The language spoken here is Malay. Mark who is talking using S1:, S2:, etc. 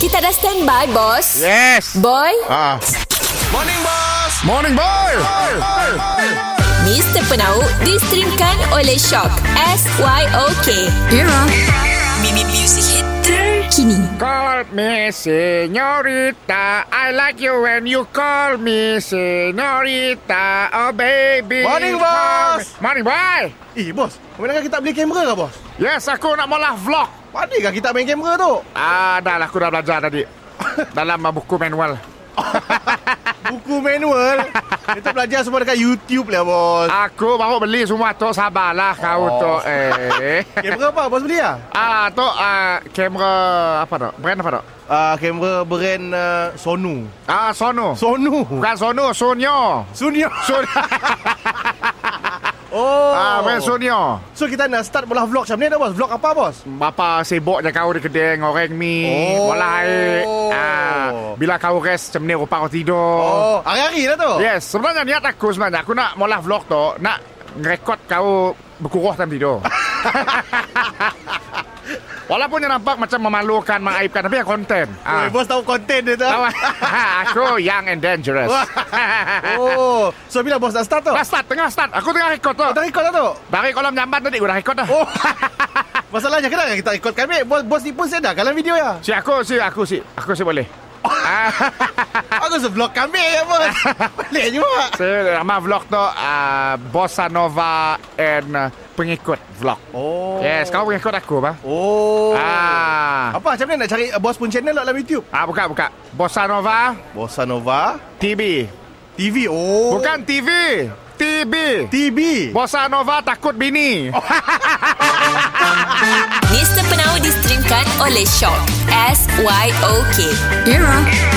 S1: Kita dah standby, bos.
S2: Yes.
S1: Boy,
S2: Ah.
S3: Morning Boss
S2: Morning boy.
S1: Mr. Penau distrimkan oleh Shock. S-Y-O-K. Era. Mimi Music Hit terkini.
S2: Call me señorita. I like you when you call me señorita. Oh baby.
S3: Morning,
S2: Call
S3: boss.
S2: me- Morning boy.
S3: Eh bos Kemudian kita tak beli kamera ke bos?
S2: Yes, aku nak mula vlog.
S3: Pandai ke kita main kamera tu?
S2: Ah, dah lah aku dah belajar tadi. Dalam ah, buku manual.
S3: Buku manual Kita belajar semua dekat YouTube lah bos
S2: Aku baru beli semua tu sabarlah kau
S3: Oh.
S2: tu. Eh.
S3: Kamera apa bos beli lah?
S2: ah, tu ah, kamera apa tu? Brand apa tu?
S3: Uh, kamera brand uh, Sonu
S2: Ah, Sono.
S3: Sonu
S2: Bukan Sono, Sonyo.
S3: Sunio
S2: Sonyo.
S3: Oh
S2: ah, brand Sonyo.
S3: So kita nak start mula vlog macam ni dah bos Vlog apa bos?
S2: Bapa sibuk je kau di kedai Ngoreng mi
S3: Oh.
S2: oh. Bola air ah, Bila kau rest Macam ni rupa kau tidur
S3: Oh, hari-hari lah tu?
S2: Yes Sebenarnya niat aku sebenarnya Aku nak mula vlog tu Nak rekod kau Berkuruh dalam tidur Walaupun yang nampak macam memalukan Mengaibkan Tapi yang konten ah.
S3: Oi, bos tahu ah. konten dia tu
S2: Tahu? Aku young and dangerous
S3: Oh So bila bos nak start tu?
S2: Dah start Tengah start Aku tengah rekod tu
S3: Kita record lah tu?
S2: Dari kolam jamban tadi Aku dah rekod dah
S3: Oh Masalahnya kenapa kita record kami? Bos, bos ni pun sedar dalam video ya
S2: Si aku si Aku si Aku si boleh
S3: Aku se-vlog kami ya bos Pelik juga
S2: Saya nama vlog tu uh, Bossa Nova and uh, pengikut vlog.
S3: Oh
S2: Yes, kau pengikut aku apa?
S3: Oh
S2: Ah.
S3: Apa macam mana nak cari uh, bos pun channel lah dalam YouTube?
S2: Ah buka buka. Bossa Nova
S3: Bossa Nova
S2: TV.
S3: TV Oh
S2: Bukan TV. TV.
S3: TV
S2: Bossa Nova takut bini.
S1: Mr. Penau distrimkan oleh Shock. S-Y-O-K. Era.